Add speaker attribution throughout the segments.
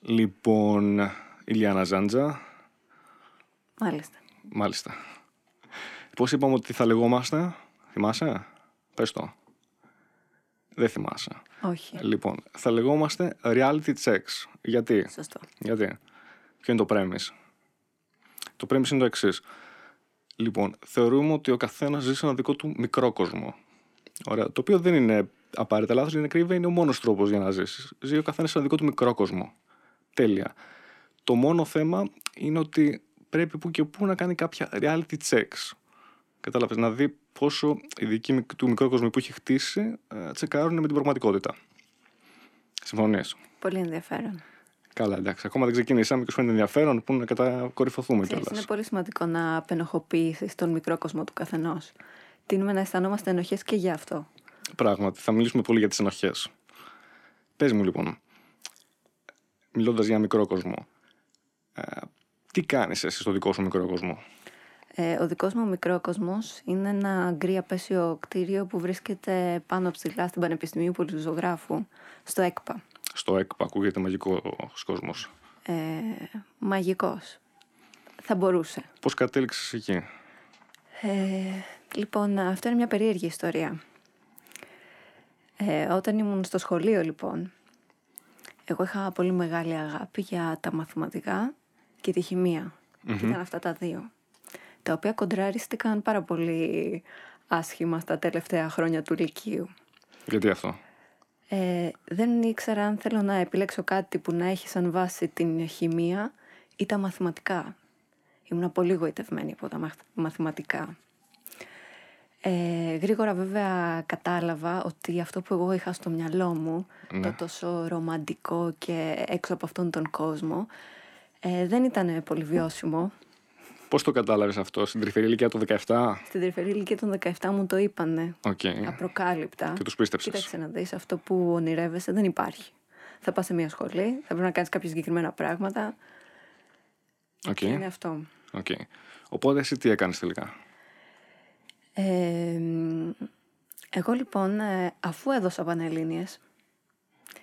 Speaker 1: Λοιπόν, Ηλιάνα Ζάντζα,
Speaker 2: Μάλιστα.
Speaker 1: μάλιστα. Πώς είπαμε ότι θα λεγόμαστε, θυμάσαι, πες το. Δεν θυμάσαι.
Speaker 2: Όχι.
Speaker 1: Λοιπόν, θα λεγόμαστε reality checks. Γιατί,
Speaker 2: Σωστό.
Speaker 1: γιατί. Ποιο είναι το premise. Το premise είναι το εξής. Λοιπόν, θεωρούμε ότι ο καθένας ζει σε ένα δικό του μικρό κόσμο. Ωραία. Το οποίο δεν είναι απαραίτητα λάθος, είναι κρύβε, είναι ο μόνος τρόπος για να ζήσεις. Ζει ο καθένας σε ένα δικό του μικρό κόσμο. Τέλεια. Το μόνο θέμα είναι ότι πρέπει που και που να κάνει κάποια reality checks. Κατάλαβες να δει πόσο οι δικοί μικ- του μικρό κόσμου που έχει χτίσει ε, τσεκάρουν με την πραγματικότητα. Συμφωνείς.
Speaker 2: Πολύ ενδιαφέρον.
Speaker 1: Καλά, εντάξει. Ακόμα δεν ξεκινήσαμε και σου φαίνεται ενδιαφέρον που να κατακορυφωθούμε
Speaker 2: Ξέρεις, είναι
Speaker 1: κιόλα.
Speaker 2: πολύ σημαντικό να απενοχοποιήσεις τον μικρό κόσμο του καθενός. Τίνουμε να αισθανόμαστε ενοχές και γι' αυτό.
Speaker 1: Πράγματι, θα μιλήσουμε πολύ για τις ενοχές. Πες μου λοιπόν, μιλώντας για μικρό κόσμο, ε, τι κάνεις εσύ στο δικό σου μικρό κόσμο.
Speaker 2: Ε, ο δικός μου μικρό κόσμος είναι ένα γκρι απέσιο κτίριο που βρίσκεται πάνω ψηλά στην Πανεπιστημίου Πολιτιζογράφου, στο ΕΚΠΑ.
Speaker 1: Στο ΕΚΠΑ, ακούγεται μαγικός κόσμος.
Speaker 2: Ε, μαγικός. Θα μπορούσε.
Speaker 1: Πώς κατέληξες εκεί,
Speaker 2: Ε, λοιπόν, αυτό είναι μια περίεργη ιστορία. Ε, όταν ήμουν στο σχολείο, λοιπόν, εγώ είχα πολύ μεγάλη αγάπη για τα μαθηματικά και τη χημεια Ήταν αυτά τα δύο. Τα οποία κοντράρίστηκαν πάρα πολύ άσχημα στα τελευταία χρόνια του Λυκείου.
Speaker 1: Γιατί αυτό.
Speaker 2: Ε, δεν ήξερα αν θέλω να επιλέξω κάτι που να έχει σαν βάση την χημεία ή τα μαθηματικά. Ήμουνα πολύ γοητευμένη από τα μαθ- μαθηματικά. Ε, γρήγορα βέβαια κατάλαβα ότι αυτό που εγώ είχα στο μυαλό μου,
Speaker 1: Ναι.
Speaker 2: το τόσο ρομαντικό και έξω από αυτόν τον κόσμο, ε, δεν ήταν πολύ βιώσιμο.
Speaker 1: Πώς το κατάλαβες αυτό, στην τρυφερή ηλικία των 17.
Speaker 2: Στην τρυφερή ηλικία των 17 μου το είπανε
Speaker 1: Οκ.
Speaker 2: απροκάλυπτα.
Speaker 1: Ναι. Και τους πίστεψες.
Speaker 2: Κοίταξε να δεις, αυτό που ονειρεύεσαι δεν υπάρχει. Θα πας σε μια σχολή, θα πρέπει να κάνεις κάποια συγκεκριμένα πράγματα.
Speaker 1: Οκ.
Speaker 2: Είναι αυτό.
Speaker 1: Οκ. Οπότε εσύ τι έκανες τελικά.
Speaker 2: Ε, μ, εγώ λοιπόν, ε, αφού έδωσα Πανελλήνιες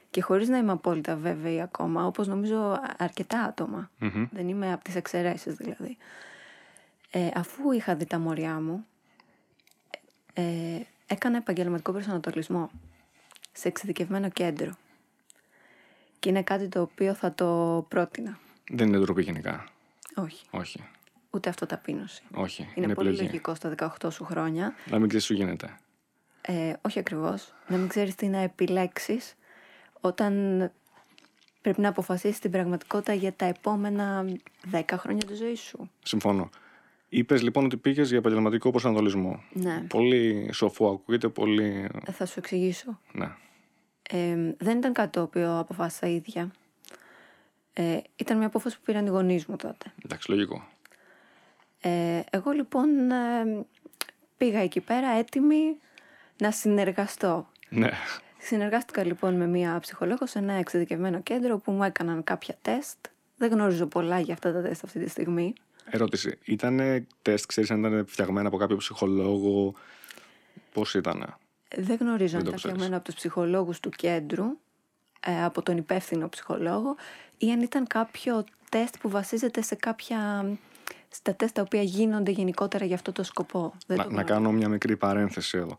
Speaker 2: και χωρίς να είμαι απόλυτα βέβαιη ακόμα, όπως νομίζω α- αρκετά άτομα, δεν είμαι από τις εξαιρέσεις δηλαδή, ε, αφού είχα δει τα μωριά μου, ε, έκανα επαγγελματικό προσανατολισμό σε εξειδικευμένο κέντρο. Και είναι κάτι το οποίο θα το πρότεινα.
Speaker 1: Δεν είναι ντροπή γενικά.
Speaker 2: Όχι,
Speaker 1: Όχι.
Speaker 2: ούτε αυτοταπείνωση.
Speaker 1: Όχι.
Speaker 2: Είναι, πολύ
Speaker 1: επιλογή.
Speaker 2: λογικό στα 18 σου χρόνια
Speaker 1: Να μην ξέρεις τι σου γίνεται.
Speaker 2: Ε, όχι ακριβώς. Να μην ξέρεις τι να επιλέξεις όταν πρέπει να αποφασίσεις την πραγματικότητα για τα επόμενα 10 χρόνια της ζωής σου.
Speaker 1: Συμφωνώ. Είπες λοιπόν ότι πήγες για επαγγελματικό προσανατολισμό.
Speaker 2: Ναι.
Speaker 1: Πολύ σοφό, ακούγεται πολύ.
Speaker 2: Ε, Θα σου εξηγήσω.
Speaker 1: Ναι.
Speaker 2: Ε, δεν ήταν κάτι το οποίο αποφάσισα ίδια. Ε, ήταν μια απόφαση που πήραν οι γονείς μου τότε.
Speaker 1: Εντάξει, λογικό.
Speaker 2: Ε, εγώ λοιπόν ε, πήγα εκεί πέρα έτοιμη να συνεργαστώ.
Speaker 1: Ναι.
Speaker 2: Συνεργάστηκα λοιπόν με μία ψυχολόγος σε ένα εξειδικευμένο κέντρο που μου έκαναν κάποια τεστ. Δεν γνωρίζω πολλά για αυτά τα τεστ αυτή τη στιγμή.
Speaker 1: Ερώτηση. Ήταν τεστ, ξέρεις αν ήταν φτιαγμένα από κάποιο ψυχολόγο. Πώς ήταν.
Speaker 2: Δεν γνωρίζω αν
Speaker 1: το
Speaker 2: ήταν
Speaker 1: ξέρεις.
Speaker 2: φτιαγμένα από τους ψυχολόγους του κέντρου, ε, από τον υπεύθυνο ψυχολόγο, ή αν ήταν κάποιο τεστ που βασίζεται σε κάποια. στα τεστ τα οποία γίνονται γενικότερα για αυτό το σκοπό. Δεν
Speaker 1: Να,
Speaker 2: το
Speaker 1: να
Speaker 2: γνωρίζω.
Speaker 1: κάνω μια μικρή παρένθεση εδώ.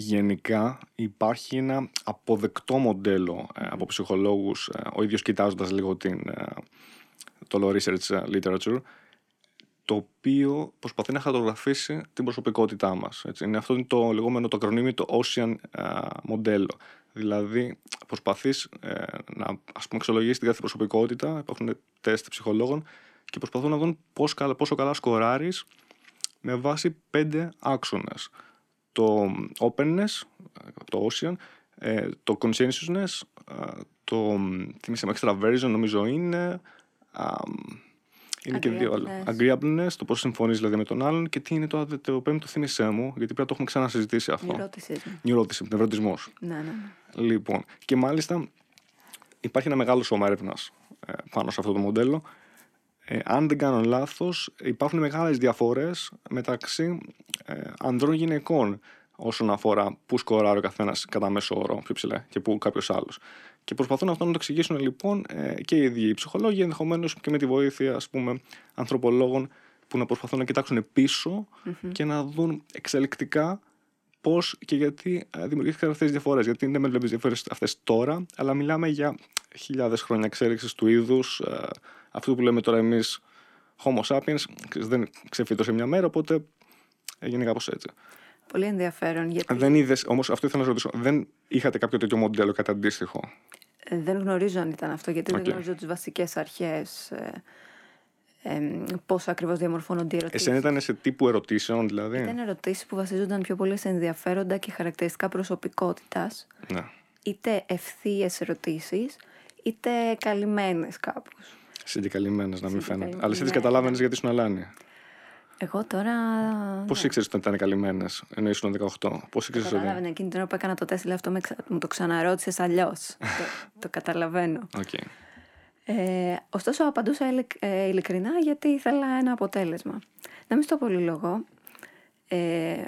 Speaker 1: Γενικά υπάρχει ένα αποδεκτό μοντέλο ε, από ψυχολόγους, ε, ο ίδιος κοιτάζοντας λίγο την, ε, το law research ε, literature, το οποίο προσπαθεί να χαρτογραφήσει την προσωπικότητά μας. Έτσι. Είναι αυτό είναι το λεγόμενο το ακρονίμιο το Ocean ε, μοντέλο. Δηλαδή προσπαθείς ε, να ας πούμε, αξιολογήσεις την κάθε προσωπικότητα, υπάρχουν τεστ ψυχολόγων και προσπαθούν να δουν πώς καλά- πόσο καλά σκοράρεις με βάση πέντε άξονες. Το openness, το ocean, ε, το conscientiousness, ε, το θυμίσαι με extraversion νομίζω είναι, α, είναι και δύο άλλα.
Speaker 2: Agreeableness.
Speaker 1: Agreeableness, το πώς συμφωνείς δηλαδή με τον άλλον και τι είναι το, άδε- το πέμπτο θύμισέ μου, γιατί πρέπει να το έχουμε ξανασυζητήσει αυτό.
Speaker 2: Ερώτησή μου.
Speaker 1: Νιουρώτηση, νευρωτισμός.
Speaker 2: Ναι, ναι, ναι.
Speaker 1: Λοιπόν, και μάλιστα υπάρχει ένα μεγάλο σώμα έρευνας πάνω σε αυτό το μοντέλο. Ε, αν δεν κάνω λάθος, υπάρχουν μεγάλες διαφορές μεταξύ ε, ανδρών γυναικών. όσον αφορά πού σκοράρει ο καθένας κατά μέσο όρο πιο ψηλά και πού κάποιος άλλος. Και προσπαθούν αυτό να το εξηγήσουν λοιπόν και οι ίδιοι οι ψυχολόγοι, ενδεχομένως και με τη βοήθεια ας πούμε, ανθρωπολόγων που να προσπαθούν να κοιτάξουν πίσω mm-hmm. και να δουν εξελικτικά πώς και γιατί ε, δημιουργήθηκαν αυτές τις διαφορές. Γιατί δεν με βλέπεις διαφορές αυτές τώρα, αλλά μιλάμε για χιλιάδες χρόνια εξέλιξης του είδους, αυτού που λέμε τώρα εμείς Homo sapiens, δεν ξεφύτωσε μια μέρα, οπότε έγινε κάπως έτσι.
Speaker 2: Πολύ ενδιαφέρον. Γιατί...
Speaker 1: Δεν είδες, όμως αυτό ήθελα να σα ρωτήσω, δεν είχατε κάποιο τέτοιο μοντέλο κατά αντίστοιχο.
Speaker 2: Ε, δεν γνωρίζω αν ήταν αυτό, γιατί okay. δεν γνωρίζω τις βασικές αρχές. Ε, ε, πώς ακριβώς διαμορφώνονται οι ερωτήσεις.
Speaker 1: Εσένα ήταν σε τύπου ερωτήσεων, δηλαδή.
Speaker 2: Ήταν ερωτήσεις που βασίζονταν πιο πολύ σε ενδιαφέροντα και χαρακτηριστικά προσωπικότητας. Ναι. Είτε ευθείες ερωτήσεις, είτε καλυμμένες κάπως.
Speaker 1: Συντεκαλυμμένε, να μην φαίνεται. Αλλά εσύ τι καταλάβαινε γιατί σου αλάνη.
Speaker 2: Εγώ τώρα.
Speaker 1: Πώς ναι. ήξερες ότι ήταν καλυμμένες, ενώ ήσουν 18. Πώς ήξερες ότι.
Speaker 2: Καταλάβαινα εκείνη την ώρα που έκανα το τέσσερα, αυτό με, ξα... μου το ξαναρώτησες αλλιώς. το, το, καταλαβαίνω.
Speaker 1: Okay.
Speaker 2: Ε, ωστόσο, απαντούσα ειλικ... ε, ειλικρινά γιατί ήθελα ένα αποτέλεσμα. Να μην στο πολυλογώ. Ε,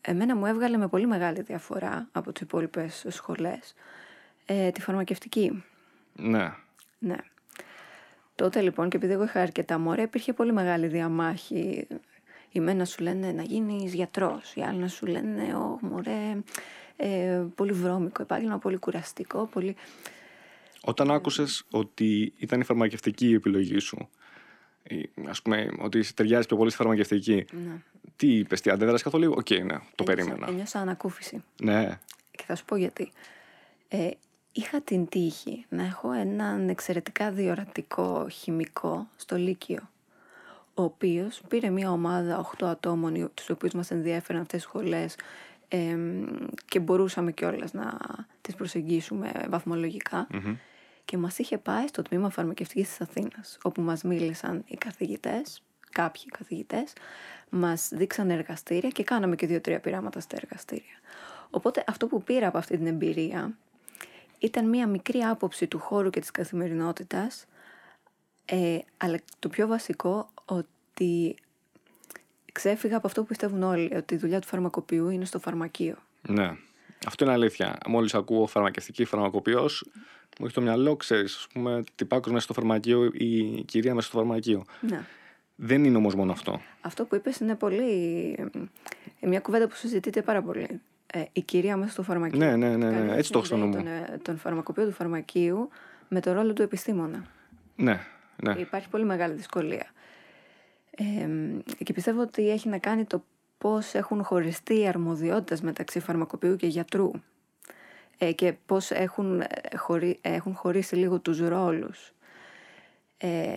Speaker 2: εμένα μου έβγαλε με πολύ μεγάλη διαφορά από τις υπόλοιπες σχολές ε, τη φαρμακευτική.
Speaker 1: Ναι.
Speaker 2: Ναι. Τότε λοιπόν, και επειδή εγώ είχα αρκετά μωρέ, υπήρχε πολύ μεγάλη διαμάχη. Οι μένα σου λένε να γίνεις γιατρός, οι άλλοι να σου λένε, Ω μωρέ, ε, πολύ βρώμικο επάγγελμα, πολύ κουραστικό, πολύ.
Speaker 1: Όταν
Speaker 2: Ναι.
Speaker 1: άκουσες ότι ήταν η φαρμακευτική η επιλογή σου, ας πούμε, ότι ταιριάζει πιο πολύ στη φαρμακευτική,
Speaker 2: ναι. ε,
Speaker 1: τι είπες, Τι αντέδρασες καθόλου, Οκ, okay, ναι, το περίμενα.
Speaker 2: Ένιωσα ανακούφιση.
Speaker 1: Ναι.
Speaker 2: Και θα σου πω γιατί. Ε, είχα την τύχη να έχω έναν εξαιρετικά διορατικό χημικό στο Λύκειο, ο οποίος πήρε μια ομάδα 8 ατόμων, τους οποίους μας ενδιέφεραν αυτές τις σχολές ε, και μπορούσαμε κιόλας να τις προσεγγίσουμε βαθμολογικά
Speaker 1: mm-hmm.
Speaker 2: και μας είχε πάει στο τμήμα φαρμακευτικής της Αθήνας, όπου μας μίλησαν οι καθηγητές, κάποιοι καθηγητές, μας δείξαν εργαστήρια και κάναμε και δύο-τρία πειράματα στα εργαστήρια. Οπότε αυτό που πήρα από αυτή την εμπειρία ήταν μία μικρή άποψη του χώρου και της καθημερινότητας, ε, αλλά το πιο βασικό ότι ξέφυγα από αυτό που πιστεύουν όλοι, ότι η δουλειά του φαρμακοποιού είναι στο φαρμακείο.
Speaker 1: Ναι, αυτό είναι αλήθεια. Μόλις ακούω φαρμακευτική φαρμακοποιός, μου έχει το μυαλό, ξέρεις, ας πούμε, τυπάκος μέσα στο φαρμακείο ή η κυρία μέσα στο φαρμακείο.
Speaker 2: Ναι.
Speaker 1: Δεν είναι όμως μόνο αυτό.
Speaker 2: Αυτό που είπες είναι πολύ... Μια κουβέντα που συζητείται πάρα πολύ. Ε, η κυρία μέσα στο φαρμακείο.
Speaker 1: Ναι, ναι, ναι, ναι. έτσι το έχω στο νου μου.
Speaker 2: Τον, ε, τον φαρμακοποιό του φαρμακείου με το ρόλο του επιστήμονα.
Speaker 1: Ναι, ναι.
Speaker 2: Υπάρχει πολύ μεγάλη δυσκολία. Ε, και πιστεύω ότι έχει να κάνει το πώς έχουν χωριστεί οι αρμοδιότητες μεταξύ φαρμακοποιού και γιατρού. Ε, και πώς έχουν, ε, χωρί, έχουν χωρίσει λίγο τους ρόλους. Ε,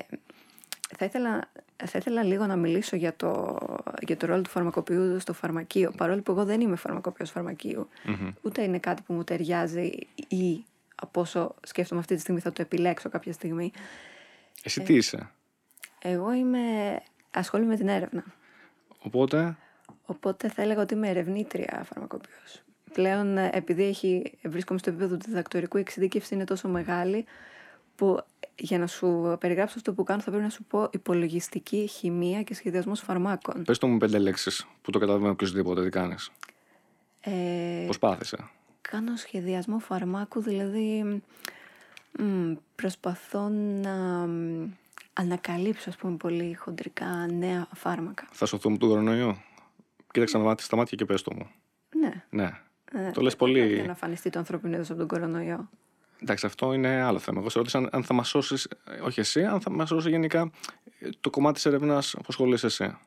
Speaker 2: θα ήθελα, θα ήθελα λίγο να μιλήσω για το, για το ρόλο του φαρμακοποιού στο φαρμακείο. Παρόλο που εγώ δεν είμαι φαρμακοποιός φαρμακείου,
Speaker 1: mm-hmm.
Speaker 2: ούτε είναι κάτι που μου ταιριάζει ή από όσο σκέφτομαι αυτή τη στιγμή θα το επιλέξω κάποια στιγμή.
Speaker 1: Εσύ τι είσαι?
Speaker 2: Ε, εγώ είμαι, ασχολούμαι με την έρευνα.
Speaker 1: Οπότε?
Speaker 2: Οπότε θα έλεγα ότι είμαι ερευνήτρια φαρμακοποιός. Πλέον επειδή έχει, βρίσκομαι στο επίπεδο του διδακτορικού, η εξειδίκευση είναι τόσο μεγάλη που για να σου περιγράψω αυτό που κάνω θα πρέπει να σου πω υπολογιστική χημεία και σχεδιασμός φαρμάκων.
Speaker 1: Πες το μου πέντε λέξεις που το καταλαβαίνει οποιοδήποτε τι κάνεις.
Speaker 2: Ε,
Speaker 1: Προσπάθησα.
Speaker 2: Κάνω σχεδιασμό φαρμάκου, δηλαδή μ, προσπαθώ να μ, ανακαλύψω ας πούμε πολύ χοντρικά νέα φάρμακα.
Speaker 1: Θα σωθούμε του κορονοϊού. Κοίταξα να στα μάτια και πες το μου.
Speaker 2: Ναι.
Speaker 1: Ναι.
Speaker 2: Ε,
Speaker 1: το λες πολύ...
Speaker 2: Δεν να εμφανιστεί το ανθρώπινο είδος από τον κορονοϊό.
Speaker 1: Εντάξει, αυτό είναι άλλο θέμα. Εγώ σε ρώτησα αν, αν θα μας σώσεις, όχι εσύ, αν θα μας σώσει γενικά ε, το κομμάτι της έρευνας που ασχολείσαι εσύ.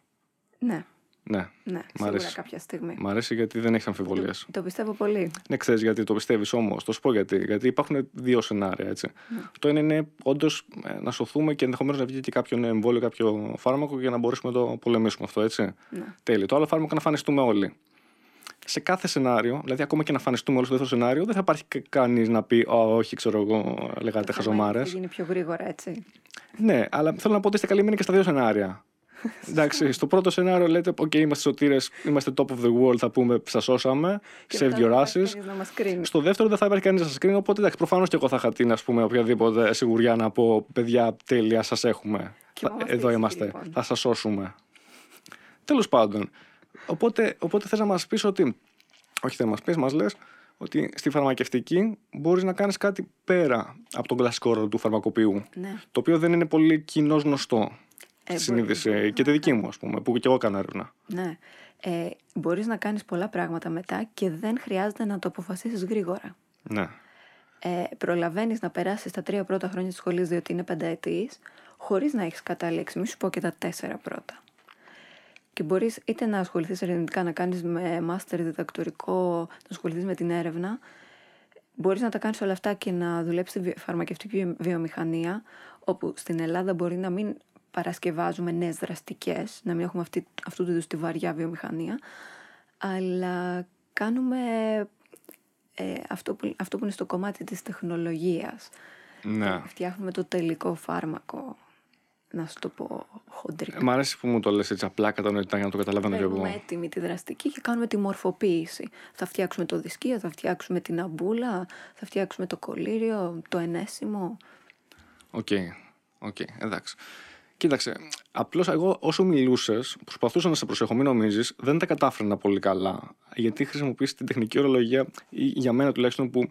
Speaker 2: Ναι.
Speaker 1: Ναι,
Speaker 2: ναι
Speaker 1: Μ αρέσει.
Speaker 2: σίγουρα κάποια στιγμή.
Speaker 1: Μ' αρέσει γιατί δεν έχει αμφιβολίες.
Speaker 2: Το, το, πιστεύω πολύ.
Speaker 1: Ναι, ξέρεις γιατί το πιστεύεις όμως. Το σου πω γιατί. Γιατί υπάρχουν δύο σενάρια. Έτσι.
Speaker 2: Ναι.
Speaker 1: Το ένα είναι όντως να σωθούμε και ενδεχομένως να βγει και κάποιο εμβόλιο, κάποιο φάρμακο για να μπορέσουμε να το πολεμήσουμε αυτό. Έτσι.
Speaker 2: Ναι.
Speaker 1: Τέλει. Το άλλο φάρμακο να φανιστούμε όλοι σε κάθε σενάριο, δηλαδή ακόμα και να εμφανιστούμε όλοι στο δεύτερο σενάριο, δεν θα υπάρχει κανείς να πει Ω, όχι, ξέρω εγώ, λέγατε χαζομάρε.
Speaker 2: Θα γίνει πιο γρήγορα, έτσι.
Speaker 1: Ναι, αλλά θέλω να πω ότι είστε καλυμμένοι και στα δύο σενάρια. Εντάξει, στο πρώτο σενάριο λέτε: Οκ, okay, είμαστε σωτήρες, είμαστε top of the world, θα πούμε, σας σώσαμε,
Speaker 2: Και
Speaker 1: save
Speaker 2: μετά
Speaker 1: your
Speaker 2: δεν
Speaker 1: asses.
Speaker 2: θα έχεις να μας κρίνεις.
Speaker 1: Στο δεύτερο δεν θα υπάρχει κανείς να σας κρίνει, οπότε εντάξει, προφανώς και εγώ θα είχα την ας πούμε, οποιαδήποτε σιγουριά να πω: Παιδιά, τέλεια, σας έχουμε.
Speaker 2: Κοιμόμαστε
Speaker 1: Θα- Εδώ
Speaker 2: ήσυχοι,
Speaker 1: είμαστε.
Speaker 2: λοιπόν.
Speaker 1: Θα σας σώσουμε. Τέλος πάντων, Οπότε, οπότε θες να μας πεις ότι όχι δεν μας πεις, μας λες ότι στη φαρμακευτική μπορείς να κάνεις κάτι πέρα από τον κλασικό ρόλο του φαρμακοποιού.
Speaker 2: Ναι.
Speaker 1: Το οποίο δεν είναι πολύ κοινός γνωστό.
Speaker 2: Ε,
Speaker 1: στη συνείδηση
Speaker 2: μπορείς.
Speaker 1: και τη δική μου, ας πούμε, που και εγώ έκανα έρευνα.
Speaker 2: Ναι. Ε, μπορείς να κάνεις πολλά πράγματα μετά και δεν χρειάζεται να το αποφασίσεις γρήγορα.
Speaker 1: Ναι.
Speaker 2: Ε, προλαβαίνεις να περάσεις τα τρία πρώτα χρόνια της σχολής διότι είναι πενταετής, χωρίς να έχεις καταλήξει. Μη σου πω και τα τέσσερα πρώτα. Και μπορείς είτε να ασχοληθείς ερευνητικά, να κάνεις με μάστερ διδακτορικό, να ασχοληθείς με την έρευνα. Μπορείς να τα κάνεις όλα αυτά και να δουλέψεις στη βιο- φαρμακευτική βιο- βιομηχανία, όπου στην Ελλάδα μπορεί να μην παρασκευάζουμε νέες δραστικές, να μην έχουμε αυτή, αυτού του είδους τη βαριά βιομηχανία, αλλά κάνουμε ε, αυτό, που, αυτό που είναι στο κομμάτι της τεχνολογίας.
Speaker 1: ναι.
Speaker 2: Φτιάχνουμε το τελικό φάρμακο, να σου το πω χοντρικά.
Speaker 1: Μ' αρέσει που μου το λες έτσι απλά κατανοητά για να το καταλαβαίνω κι
Speaker 2: Παίρνουμε
Speaker 1: εγώ.
Speaker 2: έτοιμη τη δραστική και κάνουμε τη μορφοποίηση. Θα φτιάξουμε το δισκείο, θα φτιάξουμε την αμπούλα, θα φτιάξουμε το κολλήριο, το ενέσιμο.
Speaker 1: Οκ. Οκ. Εντάξει. Κοίταξε, απλώς εγώ όσο μιλούσες, προσπαθούσα να σε προσέχω, μην νομίζεις, δεν τα κατάφερα πολύ καλά. Γιατί χρησιμοποιείς την τεχνική ορολογία, ή για μένα τουλάχιστον, που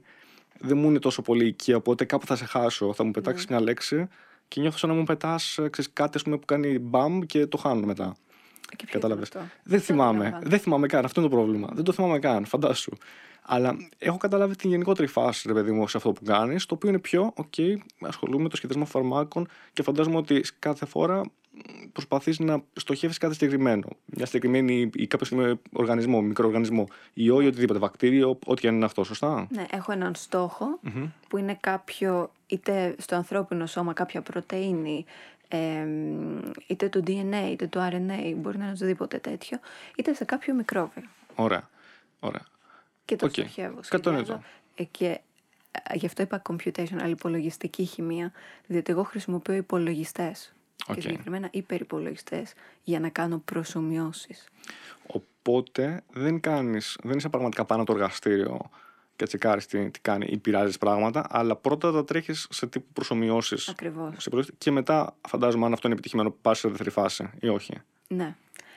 Speaker 1: δεν μου είναι τόσο πολύ οικία. Οπότε κάπου θα σε χάσω. Θα μου πετάξεις μια λέξη και νιώθω σαν να μου πετάς κάτι ας πούμε, που κάνει μπαμ και το χάνω μετά.
Speaker 2: Και ποιο
Speaker 1: Κατάλαβε.
Speaker 2: ήταν αυτό?
Speaker 1: Δεν
Speaker 2: το
Speaker 1: θυμάμαι.
Speaker 2: καταλαβαίνω.
Speaker 1: Δεν θυμάμαι καν. Αυτό είναι το πρόβλημα. Δεν το θυμάμαι καν. Φαντάσου. Αλλά έχω καταλάβει την γενικότερη φάση, ρε παιδί μου, σε αυτό που κάνεις, το οποίο είναι πιο, οκ, ασχολούμαι με το σχεδιασμό φαρμάκων και φαντάζομαι ότι κάθε φορά προσπαθείς να στοχεύει κάτι συγκεκριμένο. Μια συγκεκριμένη ή κάποιο συγκεκριμένο οργανισμό, μικροοργανισμό, ιό ή οτιδήποτε, βακτήριο, ό,τι και αν είναι αυτό, σωστά?
Speaker 2: Ναι, έχω έναν στόχο που είναι κάποιο, είτε στο ανθρώπινο σώμα κάποια πρωτεΐνη, εμ, είτε το DNA, είτε το RNA, μπορεί να είναι οτιδήποτε τέτοιο, είτε σε κάποιο μικρόβιο.
Speaker 1: Ωραία. Ωραία.
Speaker 2: Και το
Speaker 1: Οκ.
Speaker 2: στοχεύω.
Speaker 1: Κατανοητό.
Speaker 2: σχεδιάζω, ε, Και ε, γι' αυτό είπα computational, υπολογιστική χημεία, διότι εγώ χρησιμοποιώ υπολογιστές.
Speaker 1: Οκ.
Speaker 2: Και συγκεκριμένα υπερυπολογιστές για να κάνω προσωμιώσεις.
Speaker 1: Οπότε δεν κάνεις, δεν είσαι πραγματικά πάνω από το εργαστήριο και τσεκάρεις τι, τι κάνει ή πειράζεις πράγματα, αλλά πρώτα τα τρέχεις σε τύπου προσωμιώσεις
Speaker 2: Ακριβώς.
Speaker 1: σε προσ- και μετά φαντάζομαι αν αυτό είναι επιτυχημένο πας σε δεύτερη φάση ή όχι.
Speaker 2: Ναι.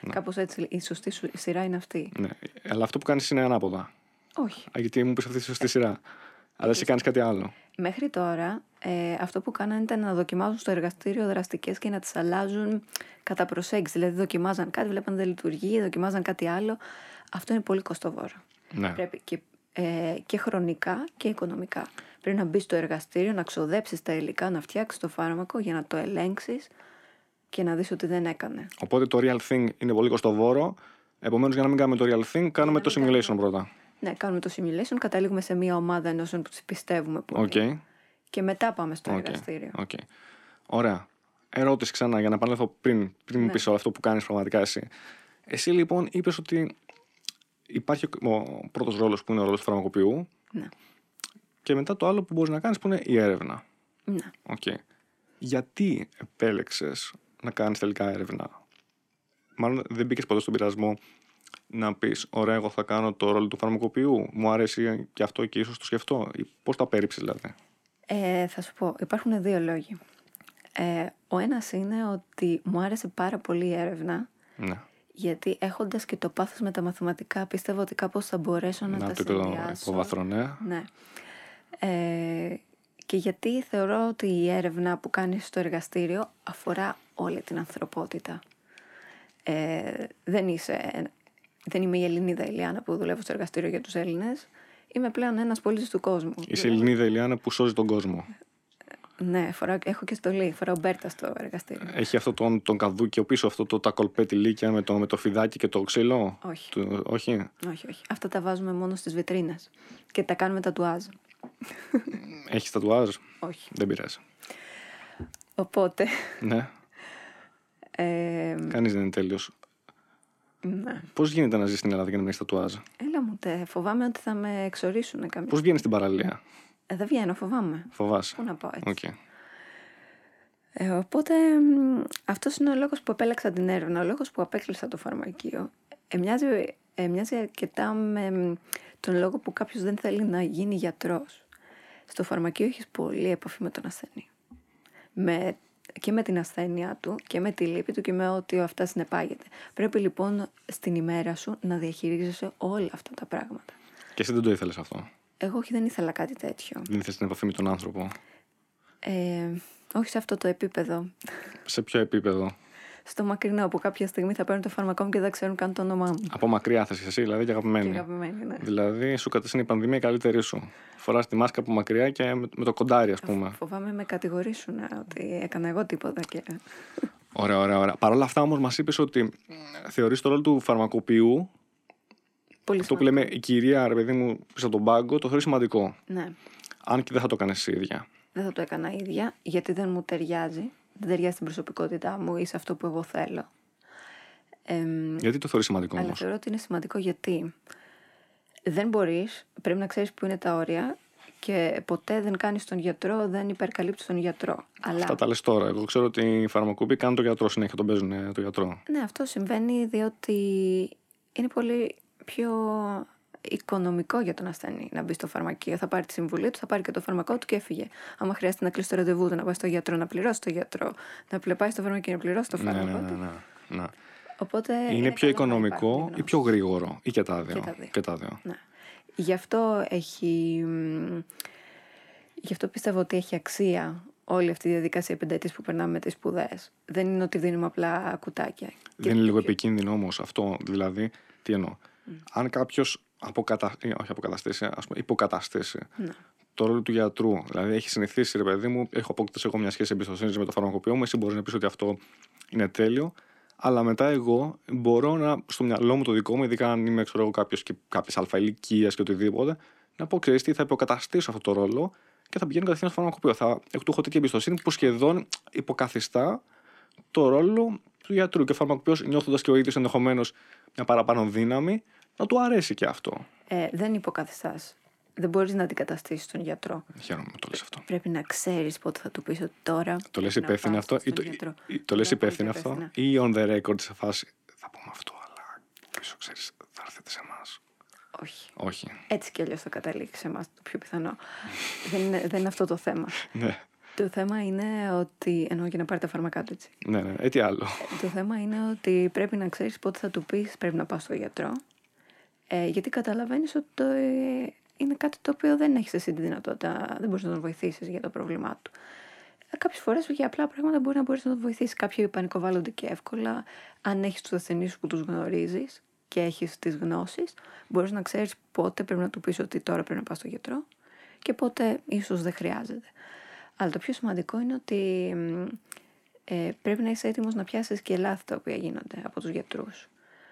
Speaker 2: Κάπως έτσι. Η σωστή σου σειρά είναι αυτή.
Speaker 1: Ναι. Αλλά αυτό που κάνεις είναι ανάποδα.
Speaker 2: Όχι.
Speaker 1: Α, Γιατί μου πεις αυτή τη σωστή σειρά. Αλλά εσύ κάνεις κάτι άλλο.
Speaker 2: Μέχρι τώρα, ε, αυτό που κάνανε ήταν να δοκιμάζουν στο εργαστήριο δραστικές και να τις αλλάζουν κατά προσέγγιση. Δηλαδή, δοκιμάζαν κάτι, βλέπαν δεν λειτουργεί, δοκιμάζαν κάτι άλλο. Αυτό είναι πολύ κοστοβόρο.
Speaker 1: Ναι.
Speaker 2: Πρέπει και, ε, και χρονικά και οικονομικά. Πρέπει να μπεις στο εργαστήριο, να ξοδέψεις τα υλικά, να φτιάξεις το φάρμακο για να το ελέγξεις και να δεις ότι δεν έκανε.
Speaker 1: Οπότε το real thing είναι πολύ κοστοβόρο. Επομένως για να μην κάνουμε το real thing, κάνουμε το simulation πρώτα.
Speaker 2: Ναι, κάνουμε το simulation, καταλήγουμε σε μία ομάδα ενώσεων που τις πιστεύουμε πολύ.
Speaker 1: Οκ.
Speaker 2: Και μετά πάμε στο
Speaker 1: Οκ,
Speaker 2: εργαστήριο.
Speaker 1: οκ. Ωραία. Ερώτηση ξανά για να επανέλθω πριν, πριν
Speaker 2: Ναι.
Speaker 1: μου πεις όλο αυτό που κάνεις πραγματικά εσύ. Εσύ λοιπόν είπες ότι υπάρχει ο, ο πρώτος ρόλος που είναι ο ρόλος του φαρμακοποιού
Speaker 2: Ναι.
Speaker 1: και μετά το άλλο που μπορείς να κάνεις που είναι η έρευνα.
Speaker 2: Ναι.
Speaker 1: Οκ. Γιατί επέλεξες να κάνεις τελικά έρευνα. Μάλλον δεν μπήκες ποτέ στον πειρασμό να πεις ωραία εγώ θα κάνω το ρόλο του φαρμακοποιού. Μου αρέσει και αυτό και ίσως το σκεφτώ. Ή Πώς τα πέριψες δηλαδή.
Speaker 2: Ε, θα σου πω, υπάρχουν δύο λόγοι. Ε, ο ένας είναι ότι μου άρεσε πάρα πολύ η έρευνα,
Speaker 1: Ναι.
Speaker 2: γιατί έχοντας και το πάθος με τα μαθηματικά, πίστευα ότι κάπως θα μπορέσω να, τα
Speaker 1: το το
Speaker 2: συνδυάσω.
Speaker 1: υποβαθρό, ναι.
Speaker 2: Ναι. Ε, και γιατί θεωρώ ότι η έρευνα που κάνεις στο εργαστήριο αφορά όλη την ανθρωπότητα. Ε, δεν, είσαι, δεν είμαι η Ελληνίδα Ηλιάνα που δουλεύω στο εργαστήριο για τους Έλληνες. Είμαι πλέον ένας πολίτης του κόσμου.
Speaker 1: Είσαι η Ελληνίδα Ηλιάνα που σώζει τον κόσμο.
Speaker 2: Ναι, φοράω, έχω και στολή, φοράω μπέρτα στο εργαστήριο.
Speaker 1: Έχει αυτό τον, τον καδούκιο πίσω, αυτό το τα κολπέτη λύκια με το, με το φιδάκι και το ξύλο.
Speaker 2: Όχι.
Speaker 1: Του- όχι.
Speaker 2: Όχι, όχι. Αυτά τα βάζουμε μόνο στις βιτρίνες και τα κάνουμε τατουάζ.
Speaker 1: Έχεις τατουάζ.
Speaker 2: Όχι.
Speaker 1: Δεν πειράζει.
Speaker 2: Οπότε,
Speaker 1: Ναι.
Speaker 2: ε,
Speaker 1: Κανείς δεν είναι τέλειος.
Speaker 2: ναι.
Speaker 1: Πώς γίνεται να ζεις στην Ελλάδα και να μην έχεις τατουάζ.
Speaker 2: Έλα μου, τε, φοβάμαι ότι θα με εξορίσουν καμιά.
Speaker 1: Πώς βγαίνεις στην παραλία.
Speaker 2: Ε, δεν βγαίνω, φοβάμαι.
Speaker 1: Φοβάσαι.
Speaker 2: Πού να πάω έτσι.
Speaker 1: Οκ.
Speaker 2: Ε, οπότε αυτός είναι ο λόγος που επέλεξα την έρευνα, ο λόγος που απέκλεισα το φαρμακείο. Ε, μοιάζει, ε, μοιάζει αρκετά με μ, τον λόγο που κάποιος δεν θέλει να γίνει γιατρός. Στο φαρμακείο έχεις πολύ επαφή με τον ασθενή. Με, και με την ασθένειά του και με τη λύπη του και με ό,τι αυτά συνεπάγεται. Πρέπει λοιπόν στην ημέρα σου να διαχειρίζεσαι όλα αυτά τα πράγματα.
Speaker 1: Και εσύ δεν το ήθελες αυτό.
Speaker 2: Εγώ όχι, δεν ήθελα κάτι τέτοιο.
Speaker 1: Δεν ήθελες την επαφή με τον άνθρωπο.
Speaker 2: Ε, όχι σε αυτό το επίπεδο.
Speaker 1: Σε ποιο επίπεδο.
Speaker 2: Στο μακρινό που κάποια στιγμή θα παίρνουν το φάρμακό μου και δεν ξέρουν καν το όνομά μου.
Speaker 1: Από μακριά θα είσαι εσύ, δηλαδή και
Speaker 2: Και
Speaker 1: αγαπημένη.
Speaker 2: αγαπημένη, ναι.
Speaker 1: Δηλαδή σου κατευθύνει η πανδημία η καλύτερη σου. Φοράς τη μάσκα από μακριά και με, με το κοντάρι, ας πούμε.
Speaker 2: Φοβάμαι με κατηγορήσουν ε, ότι έκανα εγώ τίποτα και.
Speaker 1: Ωραία, ωραία, ωραία. Παρ' όλα αυτά όμως μας είπες ότι θεωρείς το ρόλο του φαρμακοποιού,
Speaker 2: Πολύ
Speaker 1: αυτό που λέμε η κυρία, ρε παιδί μου, πίσω από τον πάγκο, το θεωρείς σημαντικό.
Speaker 2: σημαντικό. Ναι.
Speaker 1: Αν και δεν θα το κάνει εσύ ίδια.
Speaker 2: Δεν θα το έκανα ίδια, γιατί δεν μου ταιριάζει. Δεν ταιριάζει στην προσωπικότητά μου ή σε αυτό που εγώ θέλω. Εμ,
Speaker 1: Γιατί το θεωρείς σημαντικό όμω.
Speaker 2: αλλά θεωρώ ότι είναι σημαντικό γιατί δεν μπορείς, πρέπει να ξέρεις που είναι τα όρια και ποτέ δεν κάνεις τον γιατρό, δεν υπερκαλύπτεις τον γιατρό. Αλλά
Speaker 1: Αυτά τα λες τώρα. Εγώ ξέρω ότι οι φαρμακοποιοί κάνουν τον γιατρό συνέχεια, τον παίζουν ε, τον γιατρό.
Speaker 2: ναι, αυτό συμβαίνει διότι είναι πολύ πιο οικονομικό για τον ασθενή να μπει στο φαρμακείο. Θα πάρει τη συμβουλή του, θα πάρει και το φαρμακό του και έφυγε. Άμα χρειάζεται να κλείσει το ραντεβού του, να πάει στο γιατρό, να πληρώσει το γιατρό, να πλε- πάει στο φαρμακείο, να πληρώσει το φάρμακο.
Speaker 1: ναι,
Speaker 2: του.
Speaker 1: ναι, ναι, ναι.
Speaker 2: Οπότε
Speaker 1: είναι πιο
Speaker 2: καλό να υπάρχει
Speaker 1: οικονομικό
Speaker 2: γνώση.
Speaker 1: ή πιο γρήγορο ή και τα δύο.
Speaker 2: Και τα δύο.
Speaker 1: Και τα δύο.
Speaker 2: Ναι. Γι' αυτό έχει. μ, Γι' αυτό πιστεύω ότι έχει αξία όλη αυτή η διαδικασία πενταετής που περνάμε με τις σπουδέ. Δεν είναι ότι δίνουμε απλά κουτάκια.
Speaker 1: Δεν είναι λίγο επικίνδυνο όμως αυτό, δηλαδή, τι εννοώ. Αν κάποιος αποκατα... ε, όχι αποκαταστήσει, ας πούμε, υποκαταστήσει το ρόλο του γιατρού, δηλαδή έχει συνηθίσει, ρε παιδί μου, έχω αποκτήσει εγώ μιας σχέσης εμπιστοσύνης με το φαρμακοποιό μου, εσύ μπορείς να πεις ότι αυτό είναι τέλειο, αλλά μετά εγώ μπορώ να, στο μυαλό μου το δικό μου, ειδικά αν είμαι, ξέρω εγώ, κάποιος και κάποια αλφαηλικία και οτιδήποτε, να πω, ξέρεις τι, θα υποκαταστήσω αυτό το ρόλο και θα πηγαίνω κατευθείαν στο φαρμακοποιό. Θα εκ του έχω τέτοια εμπιστοσύνη που σχεδόν υποκαθιστά το ρόλο του γιατρού. Και ο φαρμακοποιός, νιώθοντας και ο ίδιος ενδεχομένως μια παραπάνω δύναμη, να του αρέσει και αυτό.
Speaker 2: Ε, δεν υποκαθιστάς. Δεν μπορείς να αντικαταστήσεις τον γιατρό.
Speaker 1: Χαίρομαι που το λες αυτό.
Speaker 2: Πρέπει να ξέρεις πότε θα του πεις ότι τώρα.
Speaker 1: Το λες
Speaker 2: πρέπει να
Speaker 1: υπεύθυνο
Speaker 2: πας
Speaker 1: αυτό, ή
Speaker 2: στον
Speaker 1: το,
Speaker 2: γιατρό.
Speaker 1: ή- το λες
Speaker 2: Να πας
Speaker 1: υπεύθυνο αυτό,
Speaker 2: υπεύθυνα.
Speaker 1: ή on the record σε φάση. Θα πούμε αυτό, αλλά πίσω ξέρεις, θα έρθετε σε εμάς.
Speaker 2: Όχι.
Speaker 1: Όχι.
Speaker 2: Έτσι κι αλλιώς θα καταλήξει σε εμάς το πιο πιθανό. δεν, είναι, δεν είναι αυτό το θέμα.
Speaker 1: Ναι,
Speaker 2: Το θέμα είναι ότι. εννοώ για να πάρει τα φάρμακά του έτσι.
Speaker 1: ναι, ναι. Ε, τι άλλο.
Speaker 2: Το θέμα είναι ότι πρέπει να ξέρεις πότε θα του πεις πρέπει να πας στο γιατρό. Ε, γιατί καταλαβαίνεις ότι το, ε, είναι κάτι το οποίο δεν έχεις εσύ τη δυνατότητα, δεν μπορείς να τον βοηθήσεις για το πρόβλημά του. Ε, Κάποιες φορές για απλά πράγματα μπορεί να μπορείς να τον βοηθήσεις. Κάποιοι πανικοβάλλονται και εύκολα. Αν έχεις τους ασθενείς σου που τους γνωρίζεις και έχεις τις γνώσεις, μπορείς να ξέρεις πότε πρέπει να του πεις ότι τώρα πρέπει να πας στο γιατρό και πότε ίσως δεν χρειάζεται. Αλλά το πιο σημαντικό είναι ότι μ, ε, πρέπει να είσαι έτοιμος να πιάσεις και λάθη τα οποία γίνονται από τους γιατρούς.